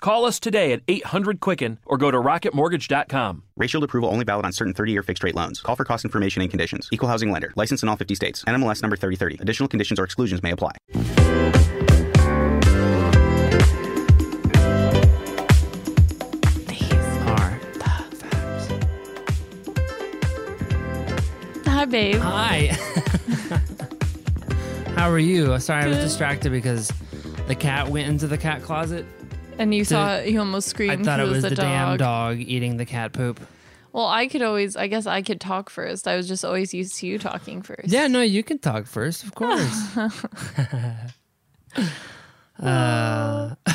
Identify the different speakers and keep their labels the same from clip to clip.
Speaker 1: Call us today at 800 Quicken or go to rocketmortgage.com.
Speaker 2: Rate Shield approval only valid on certain 30-year fixed-rate loans. Call for cost information and conditions. Equal housing lender. Licensed in all 50 states. NMLS number 3030. Additional conditions or exclusions may apply.
Speaker 3: These are the facts. Hi, babe.
Speaker 4: Hi. How are you? I'm Sorry, I was
Speaker 3: Good.
Speaker 4: distracted because the cat went into the cat closet.
Speaker 3: And you saw you almost
Speaker 4: I
Speaker 3: screamed.
Speaker 4: thought it
Speaker 3: 'cause
Speaker 4: was the, damn
Speaker 3: dog.
Speaker 4: dog eating the cat poop.
Speaker 3: Well, I could always. I guess I could talk first. I was just always used to you talking first.
Speaker 4: Yeah, no, you can talk first, of course. Uh,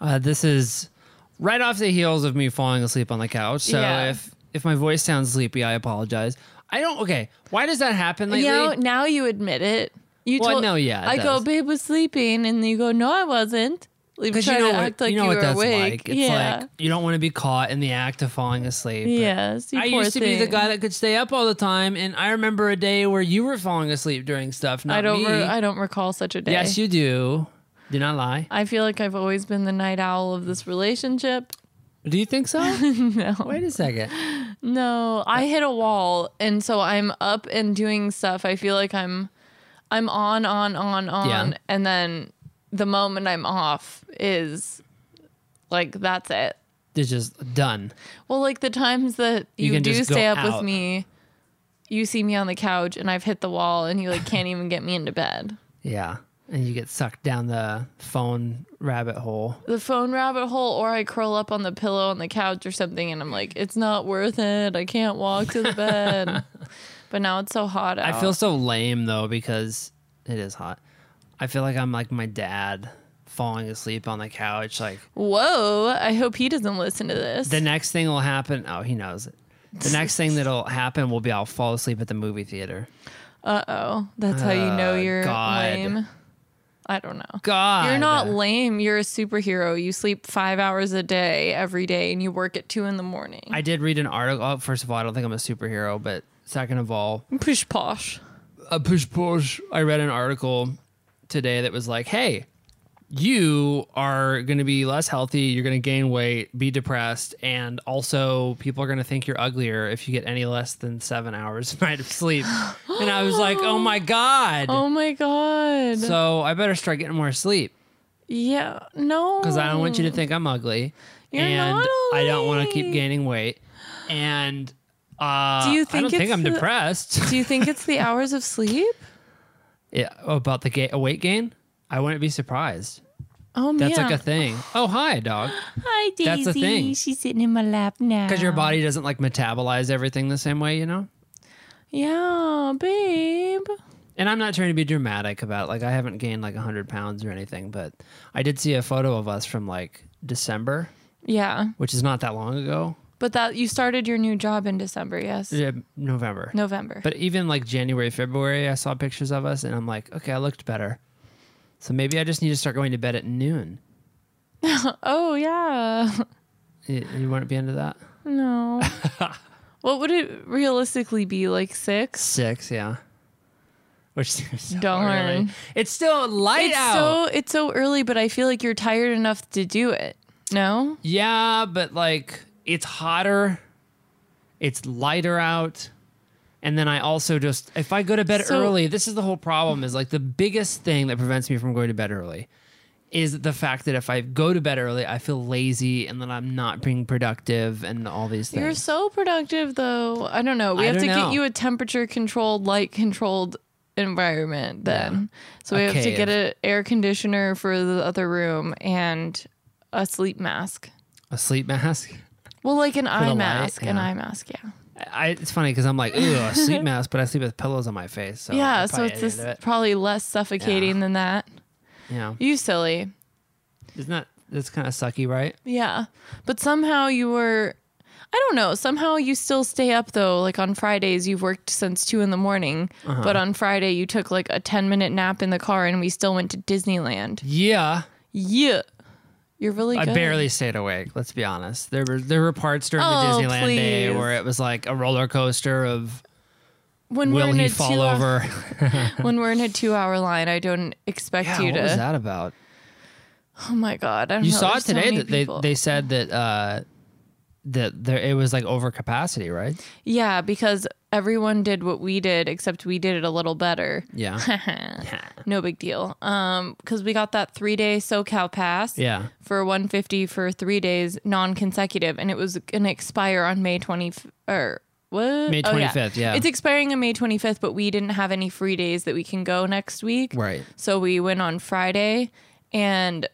Speaker 4: uh, this is right off the heels of me falling asleep on the couch. So
Speaker 3: Yeah.
Speaker 4: if if my voice sounds sleepy, I apologize. I don't. Okay, why does that happen lately?
Speaker 3: You know, now you admit it. You
Speaker 4: Well,
Speaker 3: told,
Speaker 4: no, yeah, it
Speaker 3: I go,
Speaker 4: does.
Speaker 3: babe was sleeping, and you go, no, I wasn't. Like,
Speaker 4: Because
Speaker 3: try
Speaker 4: you know
Speaker 3: to
Speaker 4: what,
Speaker 3: act like
Speaker 4: you know what
Speaker 3: were
Speaker 4: that's
Speaker 3: awake.
Speaker 4: like. It's
Speaker 3: yeah.
Speaker 4: like you don't want to be caught in the act of falling asleep. but
Speaker 3: yes. You
Speaker 4: I
Speaker 3: poor
Speaker 4: used to be the
Speaker 3: thing.
Speaker 4: guy that could stay up all the time, and I remember a day where you were falling asleep during stuff. Not
Speaker 3: I don't.
Speaker 4: Me.
Speaker 3: Re- I don't recall such a day.
Speaker 4: yes, you do. Do not lie.
Speaker 3: I feel like I've always been the night owl of this relationship.
Speaker 4: Do you think so? no. Wait a second.
Speaker 3: No, I hit a wall, and so I'm up and doing stuff. I feel like I'm, I'm on, on, on, on,
Speaker 4: Yeah.
Speaker 3: and then the moment I'm off is, like that's it.
Speaker 4: It's just done.
Speaker 3: Well, like the times that
Speaker 4: You
Speaker 3: you,
Speaker 4: can
Speaker 3: do
Speaker 4: just go
Speaker 3: stay up with
Speaker 4: out.
Speaker 3: me, you see me on the couch, and I've hit the wall, and you like can't even get me into bed.
Speaker 4: Yeah. And you get sucked down the phone rabbit hole.
Speaker 3: The phone rabbit hole, or I curl up on the pillow on the couch or something, and I'm like, it's not worth it. I can't walk to the bed. but now it's so hot out.
Speaker 4: I feel so lame though because it is hot. I feel like I'm like my dad falling asleep on the couch. Like
Speaker 3: Whoa, I hope he doesn't listen to this.
Speaker 4: the next thing will happen. Oh, he knows it. The next thing that'll happen will be I'll fall asleep at the movie theater.
Speaker 3: uh oh. That's how you know
Speaker 4: Oh,
Speaker 3: you're
Speaker 4: God.
Speaker 3: lame. I don't know.
Speaker 4: God,
Speaker 3: You're not lame. You're a superhero. You sleep five hours a day every day and you work at two in the morning.
Speaker 4: I did read an article. Oh, first of all, I don't think I'm a superhero, but second of all,
Speaker 3: Push posh.
Speaker 4: a push push. I read an article today that was like, "Hey, you are going to be less healthy. You're going to gain weight, be depressed, and also people are going to think you're uglier if you get any less than seven hours a night of sleep." and I was like, "Oh my god!"
Speaker 3: Oh my God.
Speaker 4: So I better start getting more sleep
Speaker 3: yeah. No.
Speaker 4: because I don't want you to think I'm ugly,
Speaker 3: Oh. You're
Speaker 4: and
Speaker 3: not
Speaker 4: I don't want to keep
Speaker 3: ugly.
Speaker 4: gaining weight. And uh,
Speaker 3: Do you
Speaker 4: I
Speaker 3: think
Speaker 4: don't think
Speaker 3: it's
Speaker 4: I'm
Speaker 3: the-
Speaker 4: depressed.
Speaker 3: Do you think it's the hours of sleep?
Speaker 4: Yeah, oh, about the ga- weight gain, I wouldn't be surprised.
Speaker 3: Oh, man.
Speaker 4: That's like a thing. Oh, hi, dog.
Speaker 3: Hi, Daisy.
Speaker 4: That's the thing.
Speaker 3: She's sitting in my lap now.
Speaker 4: Because your body doesn't like metabolize everything the same way, you know?
Speaker 3: Yeah, babe.
Speaker 4: And I'm not trying to be dramatic about like I haven't gained like 100 pounds or anything, but I did see a photo of us from like December,
Speaker 3: Yeah.
Speaker 4: which is not that long ago.
Speaker 3: But that you started your new job in December, yes?
Speaker 4: Yeah, November.
Speaker 3: November.
Speaker 4: But even like January, February, I saw pictures of us and I'm like, okay, I looked better. So maybe I just need to start going to bed at noon.
Speaker 3: oh yeah.
Speaker 4: You, you wouldn't be into that?
Speaker 3: No. what would it realistically be? Like six?
Speaker 4: Six, yeah. Which seems so
Speaker 3: Darn.
Speaker 4: early. It's still light
Speaker 3: It's
Speaker 4: out.
Speaker 3: so it's so early, but I feel like you're tired enough to do it. No?
Speaker 4: Yeah, but like it's hotter, it's lighter out. And then I also just, if I go to bed
Speaker 3: So-
Speaker 4: early, this is the whole problem is like the biggest thing that prevents me from going to bed early is the fact that if I go to bed early, I feel lazy and then I'm not being productive and all these things.
Speaker 3: You're so productive though. I don't know. We
Speaker 4: I
Speaker 3: have to
Speaker 4: don't know.
Speaker 3: get you a temperature controlled, light controlled environment then. So we
Speaker 4: A
Speaker 3: have to
Speaker 4: cave.
Speaker 3: get an air conditioner for the other room and a sleep mask.
Speaker 4: A sleep mask.
Speaker 3: Well, like an eye
Speaker 4: light,
Speaker 3: mask, an
Speaker 4: yeah.
Speaker 3: eye mask, yeah.
Speaker 4: I, it's funny because I'm like, ooh, a sleep mask, but I sleep with pillows on my face. So
Speaker 3: yeah,
Speaker 4: I'm
Speaker 3: so
Speaker 4: Oh, probably
Speaker 3: it's
Speaker 4: at the end
Speaker 3: this
Speaker 4: of it.
Speaker 3: probably less suffocating than that.
Speaker 4: Yeah,
Speaker 3: You silly.
Speaker 4: isn't that that's kind of sucky, right?
Speaker 3: Yeah. But somehow you were I don't know, somehow you still stay up though. Like on Fridays you've worked since two in the morning.
Speaker 4: Uh-huh.
Speaker 3: But on Friday you took like a ten minute nap in the car and we still went to Disneyland.
Speaker 4: Yeah,
Speaker 3: Yeah. You're really
Speaker 4: I
Speaker 3: good.
Speaker 4: barely stayed awake. Let's be honest. There were there were parts during
Speaker 3: Oh,
Speaker 4: the Disneyland day
Speaker 3: please.
Speaker 4: where it was like a roller coaster of
Speaker 3: when
Speaker 4: will
Speaker 3: in
Speaker 4: he
Speaker 3: a
Speaker 4: fall
Speaker 3: two-
Speaker 4: over?
Speaker 3: when we're in a two hour line, I don't expect
Speaker 4: yeah,
Speaker 3: you
Speaker 4: what
Speaker 3: to
Speaker 4: was that about?
Speaker 3: Oh my god. I don't
Speaker 4: You
Speaker 3: know.
Speaker 4: saw it
Speaker 3: There's so
Speaker 4: today
Speaker 3: many
Speaker 4: that they,
Speaker 3: people.
Speaker 4: they said that uh, that there it was like over capacity, right?
Speaker 3: Yeah, because everyone did what we did, except we did it a little better.
Speaker 4: Yeah,
Speaker 3: No big deal. Um, because we got that three day SoCal pass.
Speaker 4: yeah.
Speaker 3: For 150 for three days non consecutive, and it was gonna expire on May 20 or what?
Speaker 4: May
Speaker 3: Oh,
Speaker 4: 25th, yeah.
Speaker 3: It's expiring on May 25th, but we didn't have any free days that we can go next week.
Speaker 4: Right.
Speaker 3: So we went on Friday, and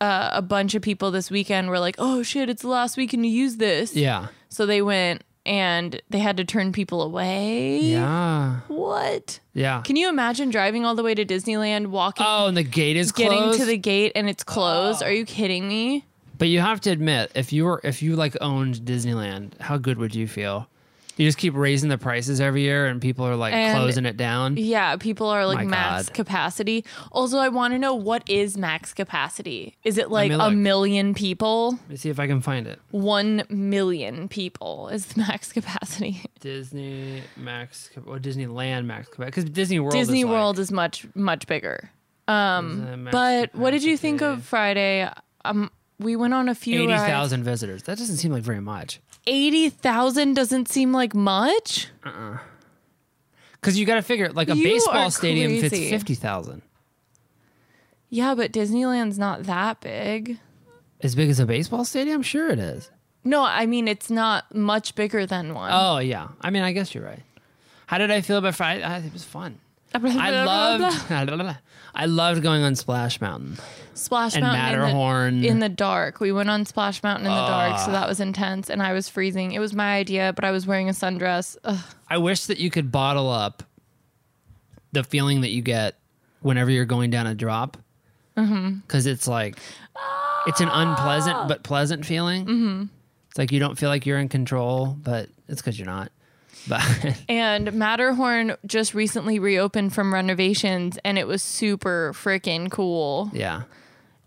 Speaker 3: uh, a bunch of people this weekend were like, "Oh shit, it's the last weekend to use this."
Speaker 4: Yeah,
Speaker 3: So they went and they had to turn people away.
Speaker 4: yeah,
Speaker 3: What?
Speaker 4: yeah.
Speaker 3: Can you imagine driving all the way to Disneyland, walking,
Speaker 4: oh, and the gate is
Speaker 3: getting
Speaker 4: closed.
Speaker 3: to the gate, and it's closed? Are you kidding me?
Speaker 4: But you have to admit, if you were if you like owned Disneyland, how good would you feel? You just keep raising the prices every year, and people are like
Speaker 3: And-
Speaker 4: closing it down.
Speaker 3: Yeah, people are like
Speaker 4: My
Speaker 3: max
Speaker 4: God.
Speaker 3: capacity. Also, I want to know what is max capacity? Is it like
Speaker 4: me
Speaker 3: a
Speaker 4: look.
Speaker 3: million people?
Speaker 4: Let me see if I can find it.
Speaker 3: One million people is the max capacity.
Speaker 4: Disney Max or Disneyland Max because Disney World.
Speaker 3: Disney
Speaker 4: is like-
Speaker 3: World is much, much bigger.
Speaker 4: Disney Max
Speaker 3: But what did you think
Speaker 4: capacity.
Speaker 3: of uh, Friday? Um, we went on a few
Speaker 4: Eighty
Speaker 3: rides.
Speaker 4: thousand visitors. That doesn't seem like very much.
Speaker 3: 80,000 doesn't seem like much.
Speaker 4: Because you got to figure, like a
Speaker 3: You
Speaker 4: baseball
Speaker 3: are
Speaker 4: stadium
Speaker 3: crazy.
Speaker 4: fits fifty thousand.
Speaker 3: Yeah, but Disneyland's not that big.
Speaker 4: As big as a baseball stadium? Sure, it is.
Speaker 3: No, I mean, it's not much bigger than one.
Speaker 4: Oh yeah. I mean, I guess you're right. How did I feel about Friday? Ah, it was fun. I loved. I loved going on Splash Mountain.
Speaker 3: Splash
Speaker 4: and
Speaker 3: Mountain. In
Speaker 4: Matterhorn. Ah.
Speaker 3: the, in the dark. We went on Splash Mountain in the dark, so that was intense. And I was freezing. It was my idea, but I was wearing a sundress. Ugh.
Speaker 4: I wish that you could bottle up the feeling that you get whenever you're going down a drop,
Speaker 3: Mm-hmm.
Speaker 4: because it's like it's an unpleasant but pleasant feeling. Mm-hmm. It's like you don't feel like you're in control, but it's because you're not. But
Speaker 3: And Matterhorn just recently reopened from renovations, and it was super freaking cool.
Speaker 4: yeah,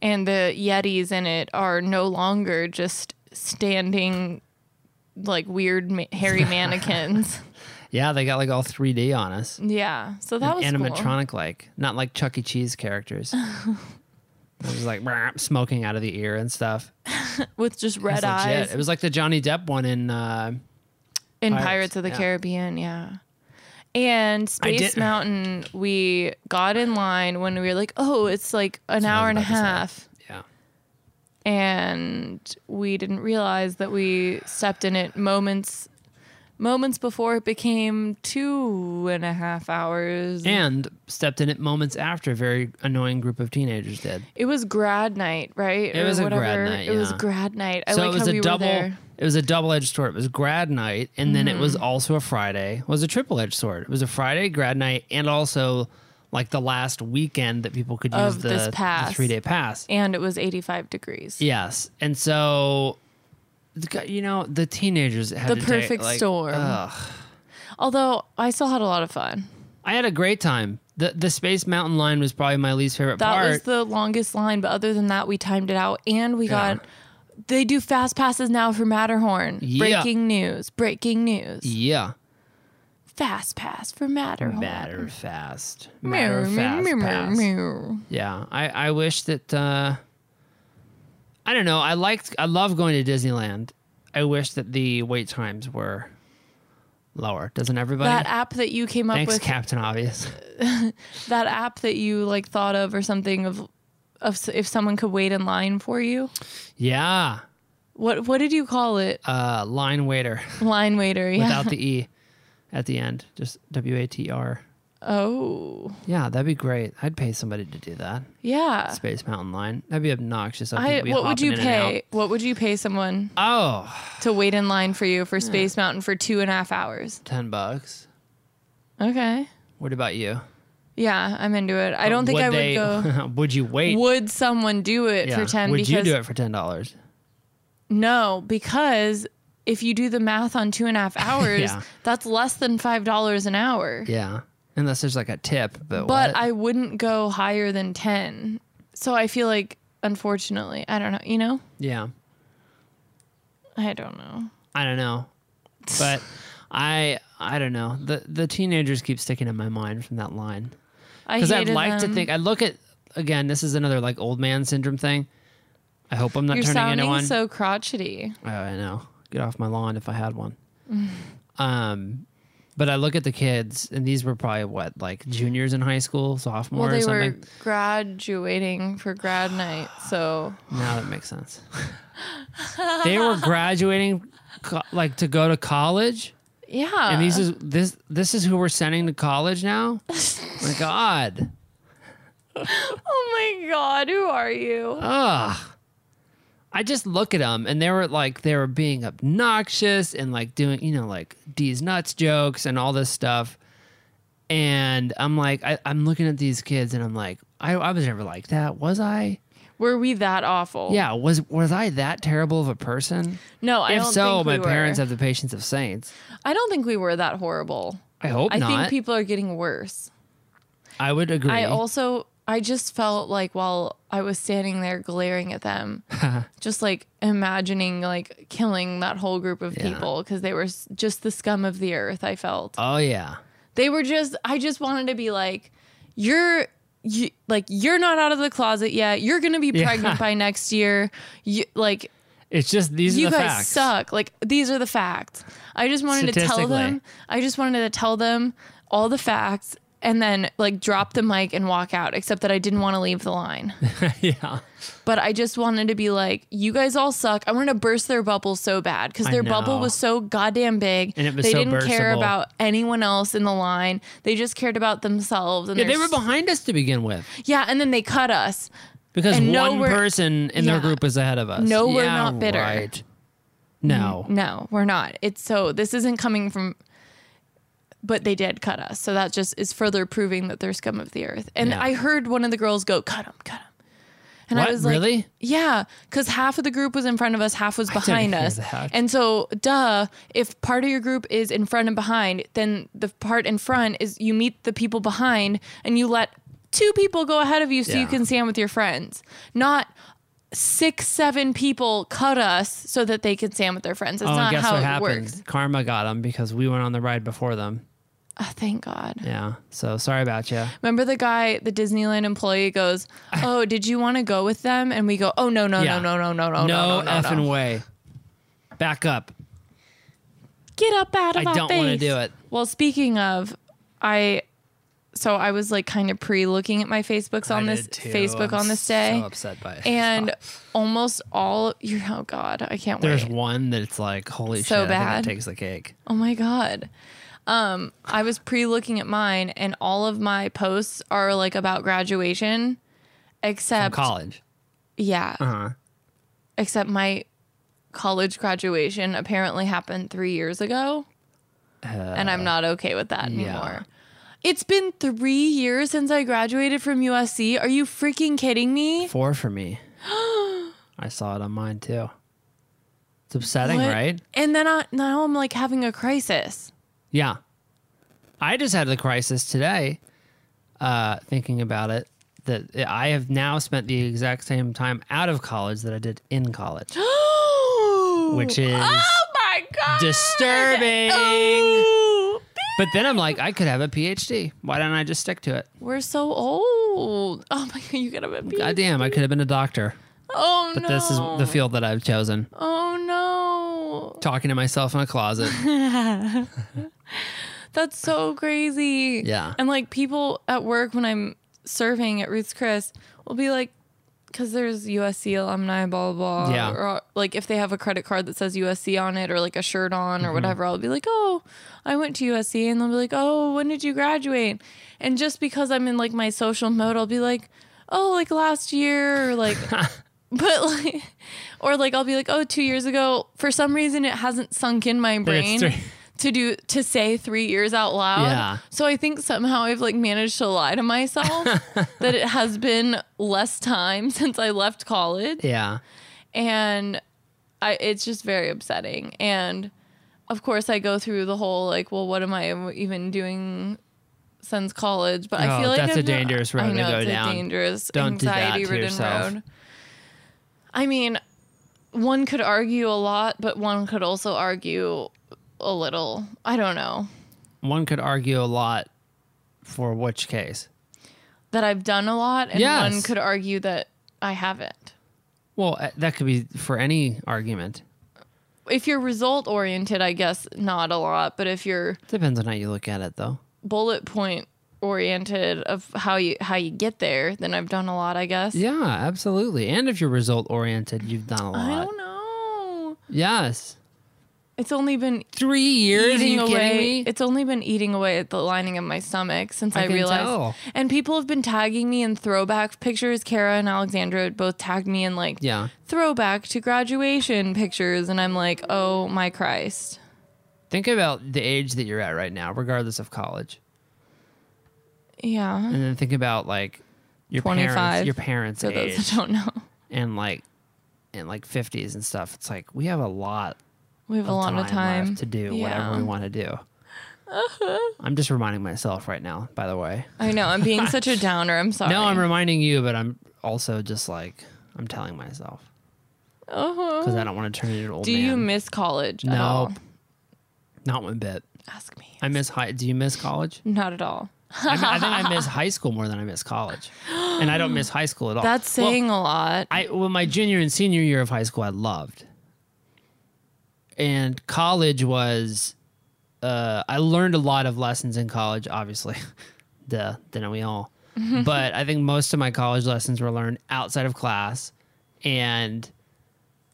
Speaker 3: and the yetis in it are no longer just standing like weird ma- hairy mannequins.
Speaker 4: yeah, they got like all 3D on us,
Speaker 3: yeah, so that was cool.
Speaker 4: animatronic like, not like Chuck E. Cheese characters. it was like "Brrr," smoking out of the ear and stuff.
Speaker 3: with just
Speaker 4: It was
Speaker 3: red
Speaker 4: legit.
Speaker 3: eyes
Speaker 4: It was like the Johnny Depp one in. Uh,
Speaker 3: in
Speaker 4: Pirates,
Speaker 3: Pirates, of the
Speaker 4: yeah.
Speaker 3: Caribbean. Yeah. And Space
Speaker 4: did-
Speaker 3: Mountain, we got in line when we were like, oh, it's like an hour and a
Speaker 4: about to say.
Speaker 3: half.
Speaker 4: yeah.
Speaker 3: And we didn't realize that we stepped in it moments moments before it became two and a half hours.
Speaker 4: and stepped in it moments after a very annoying group of teenagers did.
Speaker 3: It was grad night, right?
Speaker 4: It
Speaker 3: Or
Speaker 4: was a grad night,
Speaker 3: It was
Speaker 4: yeah.
Speaker 3: grad night. I
Speaker 4: so
Speaker 3: like
Speaker 4: it was
Speaker 3: how
Speaker 4: a
Speaker 3: we
Speaker 4: double.
Speaker 3: were there. Mm-hmm.
Speaker 4: It was a double-edged sword. It was grad night, and then it was also a Friday. It was a triple-edged sword. It was a Friday grad night, and also like the last weekend that people could use
Speaker 3: Of
Speaker 4: the,
Speaker 3: this
Speaker 4: the
Speaker 3: pass.
Speaker 4: three-day pass.
Speaker 3: and it was 85 degrees.
Speaker 4: yes, and so the gu- you know the teenagers had
Speaker 3: The
Speaker 4: to take,
Speaker 3: perfect
Speaker 4: like,
Speaker 3: storm. Although I still had a lot of fun.
Speaker 4: I had a great time. the The Space Mountain line was probably my least favorite
Speaker 3: That
Speaker 4: part.
Speaker 3: was the longest line, but other than that, we timed it out and we
Speaker 4: Yeah.
Speaker 3: got. They do fast passes now for Matterhorn.
Speaker 4: Yeah.
Speaker 3: Breaking news! Breaking news!
Speaker 4: yeah,
Speaker 3: Fast pass for Matterhorn.
Speaker 4: matter fast,
Speaker 3: Meow,
Speaker 4: matter
Speaker 3: meow,
Speaker 4: fast
Speaker 3: meow,
Speaker 4: pass.
Speaker 3: meow.
Speaker 4: Yeah, I, I wish that uh, I don't know. I liked I love going to Disneyland. I wish that the wait times were lower. Doesn't everybody?
Speaker 3: That app that you came up
Speaker 4: Thanks,
Speaker 3: with,
Speaker 4: Captain Obvious.
Speaker 3: that app that you like thought of or something of, of s- if someone could wait in line for you.
Speaker 4: yeah,
Speaker 3: What what did you call it?
Speaker 4: uh, line waiter
Speaker 3: line waiter. Yeah.
Speaker 4: without the e at the end. Just W A T R
Speaker 3: Oh,
Speaker 4: Yeah, that'd be great. I'd pay somebody to do that.
Speaker 3: yeah.
Speaker 4: Space Mountain line. That'd be obnoxious. I'd
Speaker 3: I,
Speaker 4: be
Speaker 3: what would
Speaker 4: hopping
Speaker 3: you
Speaker 4: in and
Speaker 3: pay? What would you pay someone
Speaker 4: out. Oh,
Speaker 3: to wait in line for you for Space Mountain for two and a half hours?
Speaker 4: 10 bucks.
Speaker 3: Okay.
Speaker 4: What about you?
Speaker 3: Yeah, I'm into it. I don't think I would
Speaker 4: they-
Speaker 3: go.
Speaker 4: would you wait?
Speaker 3: Would someone do it
Speaker 4: Yeah.
Speaker 3: for ten?
Speaker 4: Would
Speaker 3: because
Speaker 4: you do it for $10?
Speaker 3: No, because if you do the math on two and a half hours,
Speaker 4: Yeah.
Speaker 3: that's less than five dollars an hour.
Speaker 4: Yeah. Unless there's like a tip, but,
Speaker 3: But
Speaker 4: what?
Speaker 3: I wouldn't go higher than ten. So I feel like, unfortunately, I don't know. You know,
Speaker 4: yeah.
Speaker 3: I don't know.
Speaker 4: I don't know, but I I don't know. The the teenagers keep sticking in my mind from that line
Speaker 3: I
Speaker 4: because I'd
Speaker 3: hated
Speaker 4: like to
Speaker 3: them.
Speaker 4: think I look at again. This is another like old man syndrome thing. I hope I'm not
Speaker 3: you're
Speaker 4: turning
Speaker 3: sounding
Speaker 4: anyone.
Speaker 3: so crotchety.
Speaker 4: oh, I know. Get off my lawn if I had one. um, but I look at the kids, and these were probably what like juniors in high school, sophomore
Speaker 3: Well, they
Speaker 4: or
Speaker 3: were
Speaker 4: something.
Speaker 3: graduating for grad night, so
Speaker 4: Now that makes sense. they were graduating, co- like to go to college.
Speaker 3: yeah.
Speaker 4: and these is this this is who we're sending to college now. my God,
Speaker 3: oh my god, who are you?
Speaker 4: I just look at them and they were like they were being obnoxious and like doing you know like D's nuts jokes and all this stuff. And I'm like I, I'm looking at these kids and I'm like I, I was never like that was I?
Speaker 3: Were we that awful?
Speaker 4: Yeah was was I that terrible of a person?
Speaker 3: No, I
Speaker 4: if
Speaker 3: don't
Speaker 4: so,
Speaker 3: think
Speaker 4: my
Speaker 3: we
Speaker 4: parents
Speaker 3: were.
Speaker 4: have the patience of saints.
Speaker 3: I don't think we were that horrible.
Speaker 4: I hope
Speaker 3: I
Speaker 4: not.
Speaker 3: think people are getting worse.
Speaker 4: I would agree.
Speaker 3: I also I just felt like while I was standing there glaring at them, just like imagining like killing that whole group of
Speaker 4: Yeah.
Speaker 3: people because they were s- just the scum of the earth. I felt
Speaker 4: oh yeah.
Speaker 3: they were just. I just wanted to be like, you're. You, like you're not out of the closet yet. You're gonna be
Speaker 4: Yeah.
Speaker 3: pregnant by next year. You like
Speaker 4: It's just these
Speaker 3: you
Speaker 4: are the
Speaker 3: guys
Speaker 4: facts.
Speaker 3: suck. Like these are the facts. I just wanted to tell
Speaker 4: Statistically.
Speaker 3: them. I just wanted to tell them all the facts and then like drop the mic and walk out. Except that I didn't want to leave the line.
Speaker 4: yeah.
Speaker 3: but I just wanted to be like, you guys all suck. I wanted to burst their bubble so bad because
Speaker 4: I
Speaker 3: their
Speaker 4: know.
Speaker 3: bubble was so goddamn big.
Speaker 4: And it was
Speaker 3: they
Speaker 4: so
Speaker 3: didn't care
Speaker 4: burstable.
Speaker 3: about anyone else in the line. They just cared about themselves. And
Speaker 4: Yeah,
Speaker 3: their
Speaker 4: they were
Speaker 3: s-
Speaker 4: behind us to begin with.
Speaker 3: Yeah, and then they cut us.
Speaker 4: Because
Speaker 3: And no,
Speaker 4: one
Speaker 3: we're-
Speaker 4: person in
Speaker 3: yeah.
Speaker 4: their group is ahead of us.
Speaker 3: No, we're not bitter. Mm-hmm.
Speaker 4: Right. No.
Speaker 3: No, we're not. It's so this isn't coming from but they did cut us. So that just is further proving that they're scum of the earth. And
Speaker 4: Yeah.
Speaker 3: I heard one of the girls go, "Cut him, cut him." And
Speaker 4: What?
Speaker 3: I was like,
Speaker 4: Really?
Speaker 3: "Yeah, cuz half of the group was in front of us, half was behind
Speaker 4: hear
Speaker 3: us."
Speaker 4: that.
Speaker 3: And so, duh, if part of your group is in front and behind, then the part in front is you meet the people behind and you let two people go ahead of you so you
Speaker 4: Yeah.
Speaker 3: can stand with your friends. Not six, seven people cut us so that they could stand with their friends. That's
Speaker 4: Oh, and
Speaker 3: not
Speaker 4: guess
Speaker 3: how
Speaker 4: what
Speaker 3: it
Speaker 4: happened?
Speaker 3: works.
Speaker 4: Karma got them because we went on the ride before them.
Speaker 3: Oh, thank God.
Speaker 4: Yeah. So sorry about you.
Speaker 3: Remember the guy, the Disneyland employee goes, Oh, did you want to go with them? And we go, Oh, no, no,
Speaker 4: Yeah.
Speaker 3: no, no, no, no, no, no,
Speaker 4: No,
Speaker 3: no,
Speaker 4: effing
Speaker 3: no.
Speaker 4: way. Back up.
Speaker 3: Get up out of
Speaker 4: I
Speaker 3: my
Speaker 4: don't
Speaker 3: face.
Speaker 4: wanna do it.
Speaker 3: Well, speaking of, I, so I was like kind of pre looking at my Facebooks on
Speaker 4: I
Speaker 3: this
Speaker 4: did too.
Speaker 3: Facebook
Speaker 4: I'm
Speaker 3: on this day.
Speaker 4: So upset by it.
Speaker 3: and almost all, you oh God, I can't
Speaker 4: there's
Speaker 3: wait.
Speaker 4: one that's like holy
Speaker 3: So
Speaker 4: shit. I think that
Speaker 3: bad.
Speaker 4: takes the cake.
Speaker 3: Oh my god. Um, I was pre-looking at mine, and all of my posts are like about graduation,
Speaker 4: From
Speaker 3: except
Speaker 4: college.
Speaker 3: yeah,
Speaker 4: Uh-huh.
Speaker 3: except my college graduation apparently happened three years ago, and
Speaker 4: Uh,
Speaker 3: I'm not okay with that anymore. It's been three years since I graduated from USC. Are you freaking kidding me?
Speaker 4: Four for me. I saw it on mine too. It's upsetting,
Speaker 3: What?
Speaker 4: right?
Speaker 3: And then I, now I'm like having a crisis.
Speaker 4: Yeah. I just had the crisis today uh, thinking about it that I have now spent the exact same time out of college that I did in college, which is
Speaker 3: oh my god! Oh.
Speaker 4: disturbing.
Speaker 3: Ooh.
Speaker 4: But then I'm like, I could have a PhD. Why don't I just stick to it?
Speaker 3: We're so old. Oh my god, you gotta have a baby.
Speaker 4: God damn, I could have been a doctor.
Speaker 3: Oh
Speaker 4: But
Speaker 3: no.
Speaker 4: this is the field that I've chosen.
Speaker 3: Oh no.
Speaker 4: Talking to myself in a closet.
Speaker 3: That's so crazy.
Speaker 4: Yeah.
Speaker 3: And like people at work when I'm serving at Ruth's Chris will be like, because there's USC alumni, blah, blah, blah.
Speaker 4: Yeah.
Speaker 3: Or, uh, like if they have a credit card that says USC on it or like a shirt on
Speaker 4: Mm-hmm.
Speaker 3: or whatever, I'll be like, oh, I went to USC. And they'll be like, oh, when did you graduate? And just because I'm in like my social mode, I'll be like, oh, like last year or like, but like, or like I'll be like, oh, two years ago. For some reason, it hasn't sunk in my brain.
Speaker 4: three-
Speaker 3: To do to say three years out loud.
Speaker 4: Yeah.
Speaker 3: So I think somehow I've like managed to lie to myself that it has been less time since I left college
Speaker 4: Yeah.
Speaker 3: and I it's just very upsetting. And of course I go through the whole like, well, what am I even doing since college? But I
Speaker 4: Oh,
Speaker 3: feel like
Speaker 4: that's
Speaker 3: I've
Speaker 4: a
Speaker 3: not-
Speaker 4: dangerous road
Speaker 3: I
Speaker 4: to
Speaker 3: know
Speaker 4: go
Speaker 3: it's
Speaker 4: down.
Speaker 3: A dangerous
Speaker 4: Don't do that to
Speaker 3: anxiety-ridden
Speaker 4: yourself.
Speaker 3: road. I mean, one could argue a lot, but one could also argue a little. I don't know.
Speaker 4: One could argue a lot for which case.
Speaker 3: that I've done a lot, and
Speaker 4: Yes.
Speaker 3: one could argue that I haven't.
Speaker 4: Well, uh, that could be for any argument.
Speaker 3: If you're result oriented, I guess not a lot, but if you're
Speaker 4: Depends on how you look at it, though.
Speaker 3: bullet point oriented of how you how you get there, then I've done a lot, I guess.
Speaker 4: Yeah, absolutely. And if you're result oriented, you've done a
Speaker 3: I
Speaker 4: lot.
Speaker 3: don't know.
Speaker 4: Yes.
Speaker 3: It's only been
Speaker 4: Three years? Are
Speaker 3: eating
Speaker 4: you kidding
Speaker 3: away.
Speaker 4: me?
Speaker 3: It's only been eating away at the lining of my stomach since
Speaker 4: I
Speaker 3: I,
Speaker 4: can
Speaker 3: realized.
Speaker 4: tell.
Speaker 3: And people have been tagging me in throwback pictures. Kara and Alexandra both tagged me in like
Speaker 4: yeah.
Speaker 3: throwback to graduation pictures, and I'm like, oh my Christ.
Speaker 4: Think about the age that you're at right now, regardless of college.
Speaker 3: Yeah.
Speaker 4: And then think about like your
Speaker 3: 25.
Speaker 4: parents, your parents
Speaker 3: So
Speaker 4: age,
Speaker 3: those that don't know,
Speaker 4: and like and like 50s and stuff. It's like we have a lot
Speaker 3: we have a
Speaker 4: of
Speaker 3: lot
Speaker 4: time,
Speaker 3: of time
Speaker 4: left to do
Speaker 3: Yeah. Uh-huh.
Speaker 4: whatever we want to do. I'm just reminding myself right now, by the way.
Speaker 3: I know. I'm being such a downer. I'm sorry.
Speaker 4: No, I'm reminding you, but I'm also just like I'm telling myself
Speaker 3: Uh-huh.
Speaker 4: because I don't want to turn into an old
Speaker 3: Do
Speaker 4: man.
Speaker 3: you miss college? At
Speaker 4: No.
Speaker 3: all?
Speaker 4: Not one bit.
Speaker 3: Ask me.
Speaker 4: I miss high. Do you miss college?
Speaker 3: Not at all.
Speaker 4: I, mean, I think I miss high school more than I miss college, and I don't miss high school at all.
Speaker 3: That's
Speaker 4: Oh, Well,
Speaker 3: saying a lot.
Speaker 4: I well, my junior and senior year of high school, I loved, and college was. Uh, I learned a lot of lessons in college, obviously. Duh, didn't we all? but I think most of my college lessons were learned outside of class, and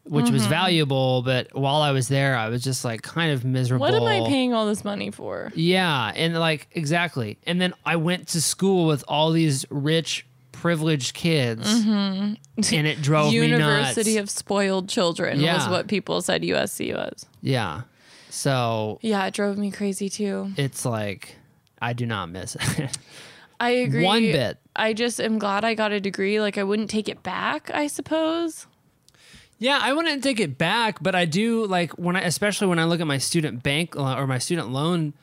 Speaker 4: which was valuable. But while I was there, I was just like kind of miserable.
Speaker 3: Mm-hmm. what am I paying all this money for?
Speaker 4: Yeah, and like exactly. And then I went to school with all these rich, privileged kids, and it drove
Speaker 3: Mm-hmm. University
Speaker 4: me nuts.
Speaker 3: of Spoiled Children was
Speaker 4: Yeah.
Speaker 3: what people said USC was.
Speaker 4: yeah, so
Speaker 3: Yeah, it drove me crazy too.
Speaker 4: it's like I do not miss it.
Speaker 3: I agree.
Speaker 4: One bit.
Speaker 3: I just am glad I got a degree. Like, I wouldn't take it back, I suppose.
Speaker 4: yeah, I wouldn't take it back, but I do like when I, especially when I look at my student bank lo- or my student loan,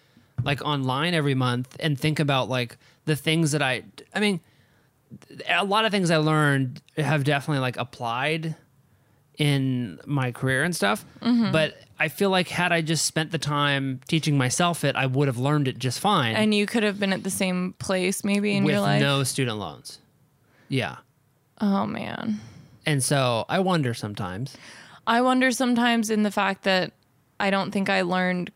Speaker 4: like online every month, and think about like the things that I. I mean, a lot of things I learned have definitely like applied in my career and stuff.
Speaker 3: Mm-hmm.
Speaker 4: But I feel like had I just spent the time teaching myself it, I would have learned it just fine
Speaker 3: And you could have been at the same place maybe in
Speaker 4: with
Speaker 3: your life.
Speaker 4: no student loans. Yeah.
Speaker 3: oh, man.
Speaker 4: And so I wonder sometimes.
Speaker 3: I wonder sometimes in the fact that I don't think I learned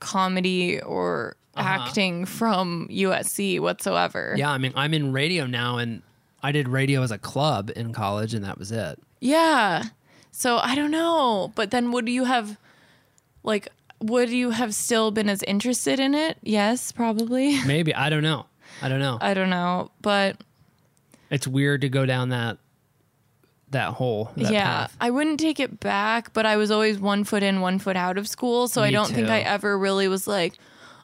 Speaker 3: comedy or
Speaker 4: Uh-huh.
Speaker 3: acting from USC whatsoever.
Speaker 4: Yeah, I mean, I'm in radio now and I did radio as a club in college and that was it.
Speaker 3: Yeah. So I don't know. But then would you have, like, would you have still been as interested in it? Yes, probably.
Speaker 4: Maybe, I don't know. I don't know.
Speaker 3: I don't know. But
Speaker 4: It's weird to go down that that hole. That
Speaker 3: yeah,
Speaker 4: path.
Speaker 3: I wouldn't take it back, but I was always one foot in, one foot out of school. So I
Speaker 4: Me
Speaker 3: don't think
Speaker 4: too.
Speaker 3: I ever really was like,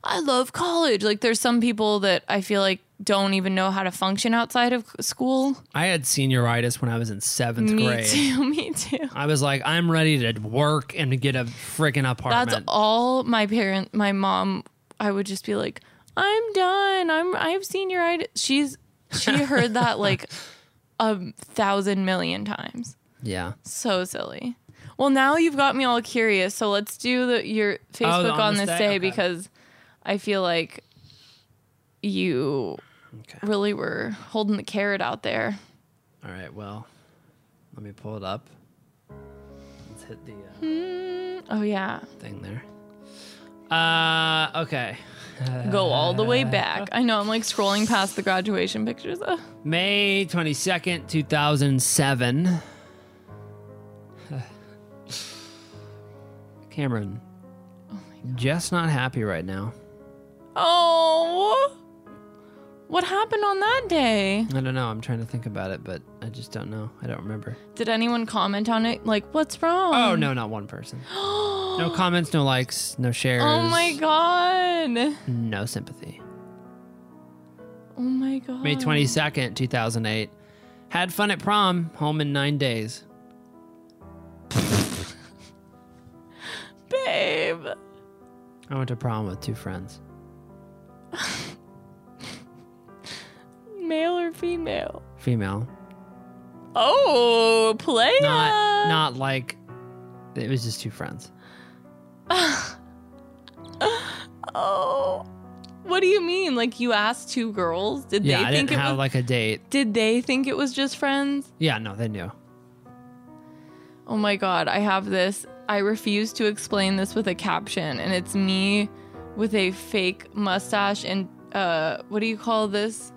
Speaker 3: I love college. Like, there's some people that I feel like don't even know how to function outside of school.
Speaker 4: I had senioritis when I was in seventh
Speaker 3: me
Speaker 4: grade.
Speaker 3: too. Me too.
Speaker 4: I was like, I'm ready to work and to get a freaking apartment.
Speaker 3: That's all my parent, my mom. I would just be like, I'm done. I'm. I've seen your ID. She's. She heard that like a thousand million times.
Speaker 4: yeah.
Speaker 3: So silly. Well, now you've got me all curious. So let's do Oh, the, your Facebook
Speaker 4: on
Speaker 3: on
Speaker 4: this
Speaker 3: this
Speaker 4: day?
Speaker 3: day,
Speaker 4: Okay.
Speaker 3: because I feel like you really were holding the carrot out there.
Speaker 4: All right. Well, let me pull it up. Let's hit the uh,
Speaker 3: Oh yeah.
Speaker 4: thing there. Uh, okay.
Speaker 3: go all the way back. I know I'm like scrolling past the graduation pictures. Ugh.
Speaker 4: May 22nd, 2007. Cameron. Just not happy right now.
Speaker 3: Oh, what happened on that day?
Speaker 4: I don't know. I'm trying to think about it, but I just don't know. I don't remember.
Speaker 3: Did anyone comment on it? Like, what's wrong?
Speaker 4: Oh, no, not one person. no comments, no likes, no shares.
Speaker 3: Oh my god.
Speaker 4: No sympathy.
Speaker 3: Oh my god.
Speaker 4: May 22nd, 2008. Had fun at prom, home in nine days.
Speaker 3: Babe.
Speaker 4: I went to prom with two friends.
Speaker 3: Male or female?
Speaker 4: Female.
Speaker 3: Oh, player.
Speaker 4: Not, not like, it was just two friends.
Speaker 3: Oh. What do you mean? Like you asked two girls? Did
Speaker 4: Yeah,
Speaker 3: they
Speaker 4: I
Speaker 3: think
Speaker 4: didn't
Speaker 3: it
Speaker 4: have
Speaker 3: was
Speaker 4: like a date.
Speaker 3: Did they think it was just friends?
Speaker 4: Yeah, no, they knew.
Speaker 3: Oh my god, I have this. I refuse to explain this with a caption and it's me with a fake mustache and uh what do you call this?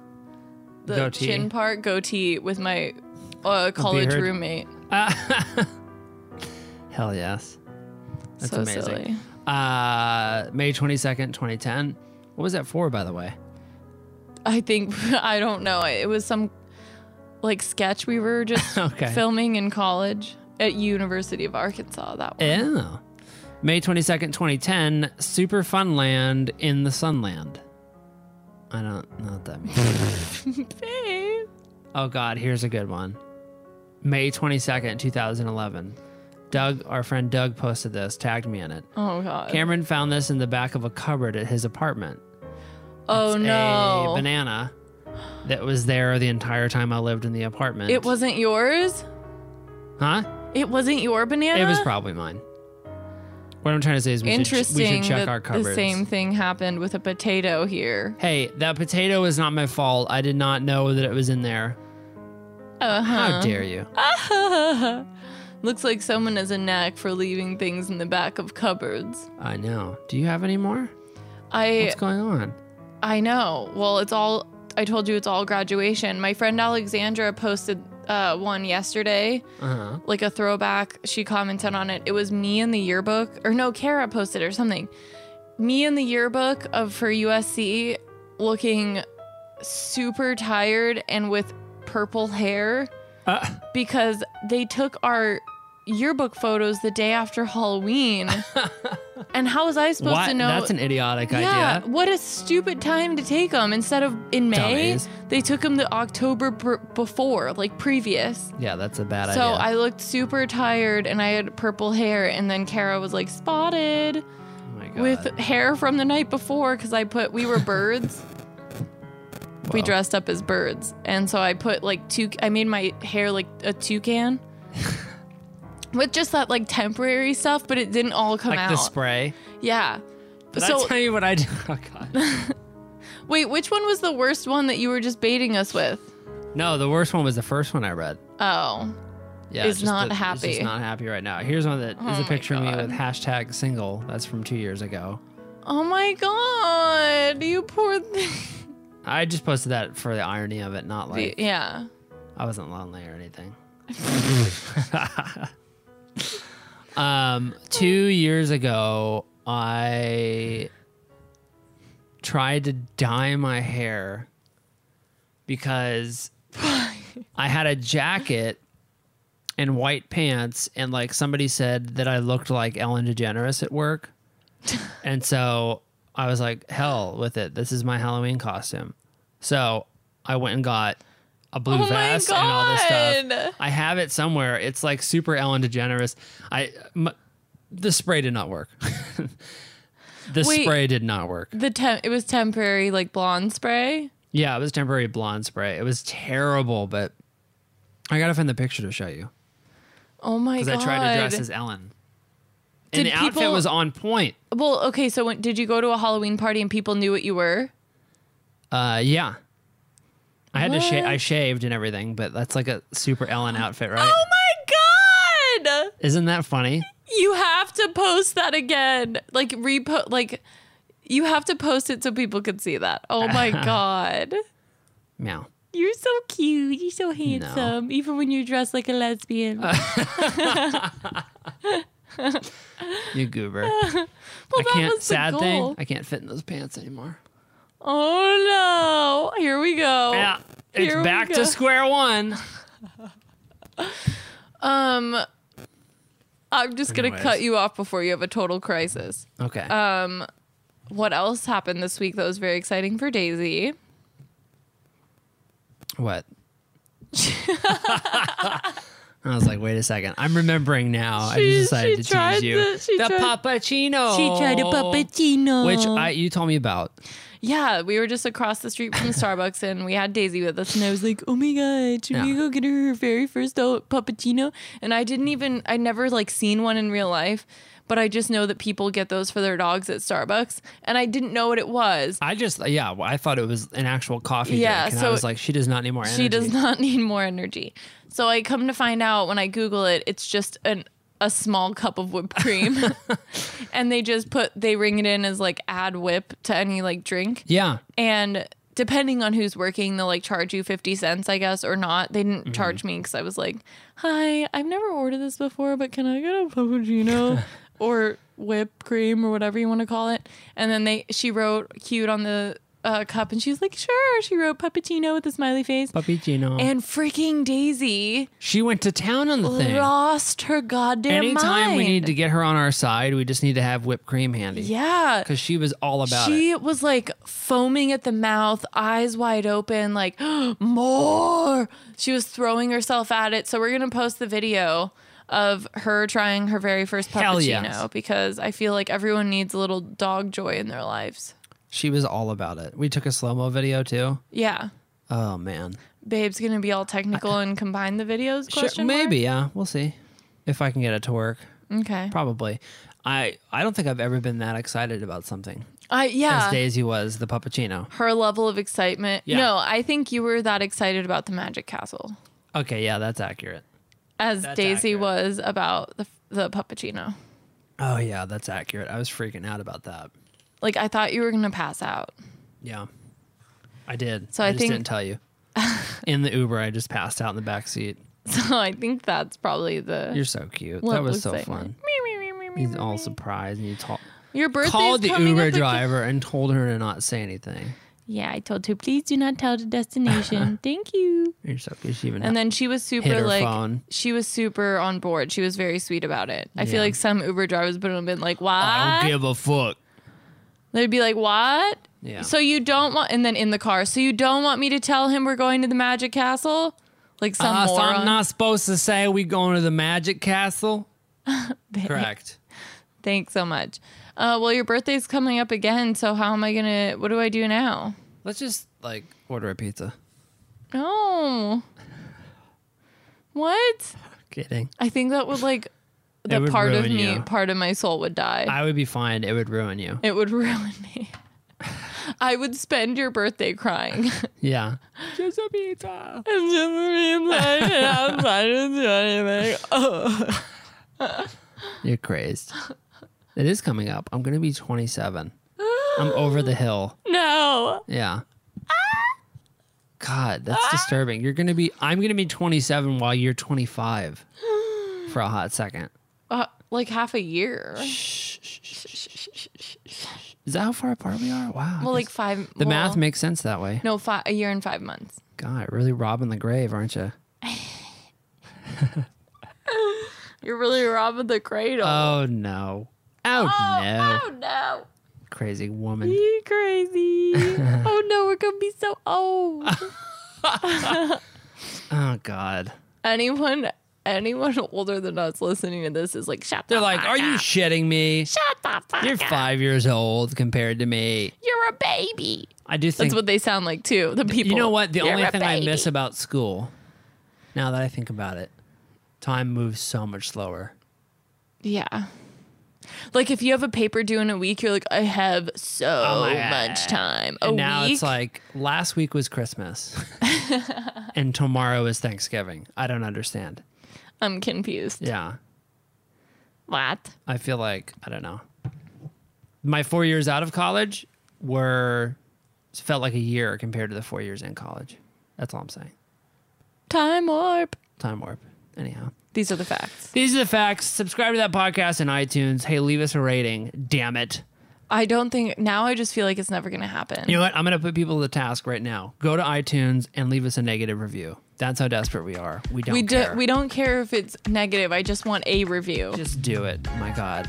Speaker 3: The
Speaker 4: Goatee.
Speaker 3: chin part goatee with my uh, college
Speaker 4: beard.
Speaker 3: roommate.
Speaker 4: Uh, Hell yes. That's
Speaker 3: so
Speaker 4: amazing.
Speaker 3: silly.
Speaker 4: Uh, May 22nd, 2010. What was that for, by the way?
Speaker 3: I think I don't know. It was some like sketch we were just
Speaker 4: Okay.
Speaker 3: filming in college at University of Arkansas. That one.
Speaker 4: Oh. May 22nd, 2010. Super Fun Land in the Sunland. I don't know what that means.
Speaker 3: Babe.
Speaker 4: oh, God. Here's a good one. May 22nd, 2011. Doug, our friend Doug posted this, tagged me in it.
Speaker 3: Oh god.
Speaker 4: Cameron found this in the back of a cupboard at his apartment.
Speaker 3: oh
Speaker 4: a
Speaker 3: no.
Speaker 4: banana that was there the entire time I lived in the apartment.
Speaker 3: It wasn't yours?
Speaker 4: huh?
Speaker 3: It wasn't your banana?
Speaker 4: It was probably mine. What I'm trying to say is we, should, we
Speaker 3: interesting
Speaker 4: should check
Speaker 3: that
Speaker 4: our
Speaker 3: the
Speaker 4: cupboards.
Speaker 3: same thing happened with a potato here.
Speaker 4: Hey, that potato is not my fault. I did not know that it was in there. How
Speaker 3: Uh-huh.
Speaker 4: dare you?
Speaker 3: Looks like someone has a knack for leaving things in the back of cupboards.
Speaker 4: I know. Do you have any more?
Speaker 3: I
Speaker 4: What's going on?
Speaker 3: I know. Well, it's all, I told you it's all graduation. My friend Alexandra posted uh, one yesterday,
Speaker 4: Uh-huh.
Speaker 3: like a throwback. She commented on it. It was me in the yearbook, or no, Kara posted or something. Me in the yearbook of for USC looking super tired and with purple hair
Speaker 4: Uh.
Speaker 3: because they took our yearbook photos the day after Halloween. and how was I supposed
Speaker 4: Why-
Speaker 3: to know?
Speaker 4: That's an idiotic
Speaker 3: Yeah,
Speaker 4: idea.
Speaker 3: what a stupid time to take them. Instead of in May,
Speaker 4: Dummies.
Speaker 3: they took them the October pr- before, like previous.
Speaker 4: Yeah, that's a bad
Speaker 3: So
Speaker 4: idea.
Speaker 3: I looked super tired and I had purple hair. And then Kara was like spotted
Speaker 4: oh my God.
Speaker 3: with hair from the night before because I put, we were birds. We
Speaker 4: Wow.
Speaker 3: dressed up as birds. And so I put like two, I made my hair like a toucan with just that like temporary stuff, but it didn't all come
Speaker 4: like
Speaker 3: out.
Speaker 4: the spray.
Speaker 3: yeah.
Speaker 4: Did I
Speaker 3: so
Speaker 4: tell you what I did? Oh God.
Speaker 3: Wait, which one was the worst one that you were just baiting us with?
Speaker 4: no, the worst one was the first one I read.
Speaker 3: Oh,
Speaker 4: yeah,
Speaker 3: is
Speaker 4: it's just
Speaker 3: not
Speaker 4: that-
Speaker 3: happy. Oh
Speaker 4: It's just not happy right now. Here's one that is a
Speaker 3: my
Speaker 4: picture of me
Speaker 3: God.
Speaker 4: with hashtag single. That's from two years ago.
Speaker 3: oh my god, you poor thing.
Speaker 4: I just posted that for the irony of it, not like
Speaker 3: Yeah.
Speaker 4: I wasn't lonely or anything. um, two years ago, I tried to dye my hair because I had a jacket and white pants, and like somebody said that I looked like Ellen DeGeneres at work. and so I was like, hell with it. This is my Halloween costume. So I went and got a blue
Speaker 3: Oh my
Speaker 4: vest and all this
Speaker 3: God.
Speaker 4: stuff. I have it somewhere. It's like super Ellen DeGeneres. I m- the spray did not work. the
Speaker 3: Wait.
Speaker 4: spray did not work.
Speaker 3: The tem- it was temporary like blonde spray.
Speaker 4: Yeah, it was temporary blonde spray. It was terrible, but I gotta find the picture to show you
Speaker 3: Oh my god.
Speaker 4: because I tried to dress as Ellen.
Speaker 3: Did
Speaker 4: And the outfit
Speaker 3: people-
Speaker 4: was on point.
Speaker 3: Well, okay, so when, did you go to a Halloween party and people knew what you were?
Speaker 4: Uh, yeah. I had to shave.
Speaker 3: What?
Speaker 4: I shaved and everything, but that's like a super Ellen outfit, right?
Speaker 3: Oh my god.
Speaker 4: Isn't that funny?
Speaker 3: You have to post that again. Like repo like You have to post it so people can see that. Oh my god.
Speaker 4: Meow.
Speaker 3: You're so cute. You're so handsome, even when you're dressed like a
Speaker 4: Uh,
Speaker 3: lesbian.
Speaker 4: You goober.
Speaker 3: well,
Speaker 4: I
Speaker 3: that
Speaker 4: can't.
Speaker 3: was the
Speaker 4: Sad
Speaker 3: goal.
Speaker 4: thing. I can't fit in those pants anymore.
Speaker 3: Oh no! Here we go.
Speaker 4: Yeah, it's
Speaker 3: Here we
Speaker 4: back
Speaker 3: go.
Speaker 4: to square one.
Speaker 3: I'm just gonna
Speaker 4: Anyways.
Speaker 3: cut you off before you have a total crisis.
Speaker 4: Okay.
Speaker 3: What else happened this week that was very exciting for Daisy?
Speaker 4: what? I was like, wait a second. I'm remembering now. I
Speaker 3: She-
Speaker 4: just decided
Speaker 3: she
Speaker 4: to
Speaker 3: tried
Speaker 4: tease you.
Speaker 3: to- she
Speaker 4: the
Speaker 3: tried-
Speaker 4: puppuccino.
Speaker 3: puppuccino.
Speaker 4: Oh. Which I you told me about.
Speaker 3: yeah, we were just across the street from Starbucks and we had Daisy with us, and I was like, "Oh my god, should we
Speaker 4: Yeah.
Speaker 3: go get her her very first o- puppuccino?" And I didn't even, I never like seen one in real life, but I just know that people get those for their dogs at Starbucks, and I didn't know what it was.
Speaker 4: I just yeah, well, I thought it was an actual coffee
Speaker 3: Yeah,
Speaker 4: drink, and I
Speaker 3: so
Speaker 4: was like, she does not need more energy.
Speaker 3: She does not need more energy. So I come to find out when I Google it, it's just an a small cup of whipped cream, and they just put they ring it in as like add whip to any like drink,
Speaker 4: Yeah,
Speaker 3: and depending on who's working, they'll like charge you fifty cents, I guess, or not. They didn't charge me because I was like, "Hi, I've never ordered this before, but can I get a puppuccino or whipped cream or whatever you want to call it?" And then they she wrote cute on the. Uh, cup and she's like, sure. She wrote puppuccino with a smiley face.
Speaker 4: puppuccino.
Speaker 3: And freaking Daisy
Speaker 4: she went to town on the thing.
Speaker 3: lost her goddamn
Speaker 4: Anytime
Speaker 3: mind.
Speaker 4: we need to get her on our side, we just need to have whipped cream handy.
Speaker 3: yeah.
Speaker 4: because she was all about it.
Speaker 3: She was like foaming at the mouth, eyes wide open, like, more. She was throwing herself at it. So, we're going to post the video of her trying her very first
Speaker 4: Hell
Speaker 3: puppuccino
Speaker 4: yes.
Speaker 3: because I feel like everyone needs a little dog joy in their lives.
Speaker 4: She was all about it. We took a slow mo video too.
Speaker 3: Yeah.
Speaker 4: Oh man,
Speaker 3: Babe's going to be all technical and combine the videos?
Speaker 4: Sure,
Speaker 3: Question mark?
Speaker 4: maybe yeah. We'll see if I can get it to work.
Speaker 3: Okay.
Speaker 4: Probably. I I don't think I've ever been that excited about something
Speaker 3: I yeah.
Speaker 4: as Daisy was the puppuccino.
Speaker 3: her level of excitement.
Speaker 4: Yeah.
Speaker 3: No, I think you were that excited about the Magic Castle
Speaker 4: Okay, yeah, that's accurate.
Speaker 3: as
Speaker 4: That's
Speaker 3: Daisy
Speaker 4: accurate.
Speaker 3: was about the the puppuccino.
Speaker 4: Oh yeah, that's accurate. I was freaking out about that.
Speaker 3: Like I thought you were gonna pass out.
Speaker 4: Yeah, I did.
Speaker 3: So
Speaker 4: I,
Speaker 3: I
Speaker 4: just
Speaker 3: think-
Speaker 4: didn't tell you. in the Uber, I just passed out in the back seat.
Speaker 3: So I think that's probably the
Speaker 4: You're so cute.
Speaker 3: level
Speaker 4: that was
Speaker 3: of
Speaker 4: so
Speaker 3: excitement.
Speaker 4: fun. He's all surprised, and you talk.
Speaker 3: Your birthday's
Speaker 4: Called the
Speaker 3: coming up
Speaker 4: Uber
Speaker 3: again.
Speaker 4: driver and told her to not say anything.
Speaker 3: Yeah, I told her please do not tell the destination. Thank you.
Speaker 4: You're so cute. She even
Speaker 3: And then she was super
Speaker 4: her
Speaker 3: like
Speaker 4: phone.
Speaker 3: she was super on board. She was very sweet about it. I
Speaker 4: Yeah.
Speaker 3: feel like some Uber drivers would have been like, "What?"
Speaker 4: I don't give a fuck.
Speaker 3: They'd be like, "What?"
Speaker 4: Yeah.
Speaker 3: So you don't want, and then in the car. So you don't want me to tell him we're going to the Magic Castle, like some
Speaker 4: Uh, so
Speaker 3: moron.
Speaker 4: I'm not supposed to say we going to the Magic Castle. Correct.
Speaker 3: Thanks so much. Uh, well, your birthday's coming up again, so how am I gonna? What do I do now?
Speaker 4: Let's just like order a pizza.
Speaker 3: No. What?
Speaker 4: Kidding.
Speaker 3: I think that would like the
Speaker 4: would
Speaker 3: part of
Speaker 4: ruin
Speaker 3: me,
Speaker 4: you.
Speaker 3: part of my soul would die.
Speaker 4: I would be fine. It would ruin you.
Speaker 3: it would ruin me. I would spend your birthday crying.
Speaker 4: Yeah. Just a pizza.
Speaker 3: I'm just being like, I'm not gonna do anything. Oh,
Speaker 4: You're crazed. It is coming up. I'm gonna be 27. I'm over the hill.
Speaker 3: No.
Speaker 4: Yeah. God, that's disturbing. You're gonna be. I'm gonna be 27 while you're 25 for a hot second.
Speaker 3: Uh, like half a year.
Speaker 4: Is that how far apart we are? Wow. I
Speaker 3: Well,
Speaker 4: guess-
Speaker 3: like five.
Speaker 4: the math
Speaker 3: well,
Speaker 4: makes sense that way.
Speaker 3: no five, a year and five months.
Speaker 4: God, really robbing the grave, aren't you?
Speaker 3: You're really robbing the cradle.
Speaker 4: Oh no. Oh, no.
Speaker 3: oh no,
Speaker 4: Crazy woman.
Speaker 3: you crazy! oh no, we're gonna be so old.
Speaker 4: Oh god.
Speaker 3: anyone, anyone older than us listening to this is like, shut.
Speaker 4: They're
Speaker 3: the
Speaker 4: like,
Speaker 3: fuck
Speaker 4: "Are you
Speaker 3: up.
Speaker 4: shitting me?
Speaker 3: shut the fuck
Speaker 4: You're
Speaker 3: up.
Speaker 4: 5 years old compared to me."
Speaker 3: You're a baby.
Speaker 4: I do
Speaker 3: That's
Speaker 4: think
Speaker 3: what they sound like too. The people.
Speaker 4: You know what? The
Speaker 3: You're
Speaker 4: only
Speaker 3: a
Speaker 4: thing I miss
Speaker 3: baby.
Speaker 4: about school, now that I think about it, time moves so much slower.
Speaker 3: Yeah. Like if you have a paper due in a week, you're like, I have so
Speaker 4: Oh my God.
Speaker 3: much time. A
Speaker 4: And now
Speaker 3: week.
Speaker 4: it's like last week was Christmas and tomorrow is Thanksgiving. I don't understand.
Speaker 3: I'm confused.
Speaker 4: Yeah.
Speaker 3: What?
Speaker 4: I feel like I don't know. my four years out of college were felt like a year compared to the four years in college. That's all I'm saying.
Speaker 3: Time warp.
Speaker 4: Time warp. Anyhow.
Speaker 3: These are the facts.
Speaker 4: These are the facts. Subscribe to that podcast in iTunes. Hey, leave us a rating. Damn it.
Speaker 3: I don't think now. I just feel like it's never going to happen.
Speaker 4: You know what? I'm going to put people to the task right now. Go to iTunes and leave us a negative review. That's how desperate we are. We don't
Speaker 3: we do,
Speaker 4: care.
Speaker 3: we don't care if it's negative. I just want a review.
Speaker 4: Just do it. My God.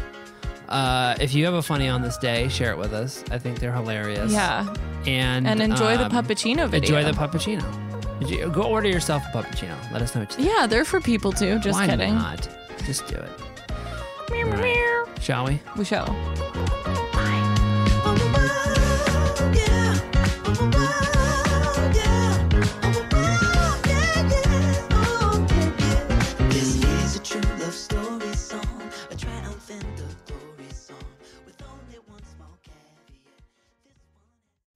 Speaker 4: Uh, if you have a funny on this day, share it with us. I think they're hilarious.
Speaker 3: yeah,
Speaker 4: And,
Speaker 3: and enjoy the
Speaker 4: um,
Speaker 3: puppuccino video.
Speaker 4: Enjoy the puppuccino. Did you- Go order yourself a puppuccino. Let us know what you think.
Speaker 3: yeah, they're for people too. Just
Speaker 4: Why
Speaker 3: kidding.
Speaker 4: not? Just do it. All right. Shall we?
Speaker 3: We shall.
Speaker 5: I'm a wild, yeah. I'm a wild, yeah. I'm a wild, yeah, yeah. Oh, yeah. This is a true love story song, a triumph and a glory song, with only one small caveat.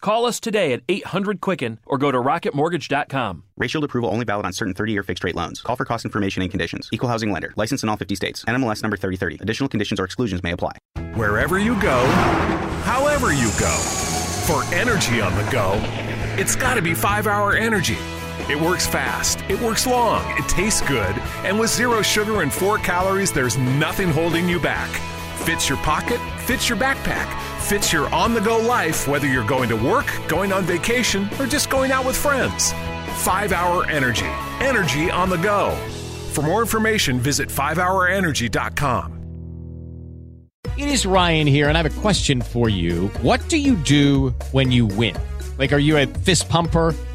Speaker 1: Call us today at 800 Quicken or go to rocketmortgage.com.
Speaker 2: Rate shield approval only valid on certain 30 year fixed rate loans. Call for cost information and conditions. Equal housing lender. License in all 50 states. NMLS number 3030. Additional conditions or exclusions may apply.
Speaker 6: Wherever you go, however you go, for energy on the go, it's got to be 5 Hour Energy. It works fast, it works long, it tastes good, and with zero sugar and four calories, there's nothing holding you back. Fits your pocket, fits your backpack, fits your on the go life, whether you're going to work, going on vacation, or just going out with friends. 5 Hour Energy. Energy on the go. For more information, visit 5hourenergy.com.
Speaker 7: It is Ryan here, and I have a question for you. What do you do when you win? Like, are you a fist pumper?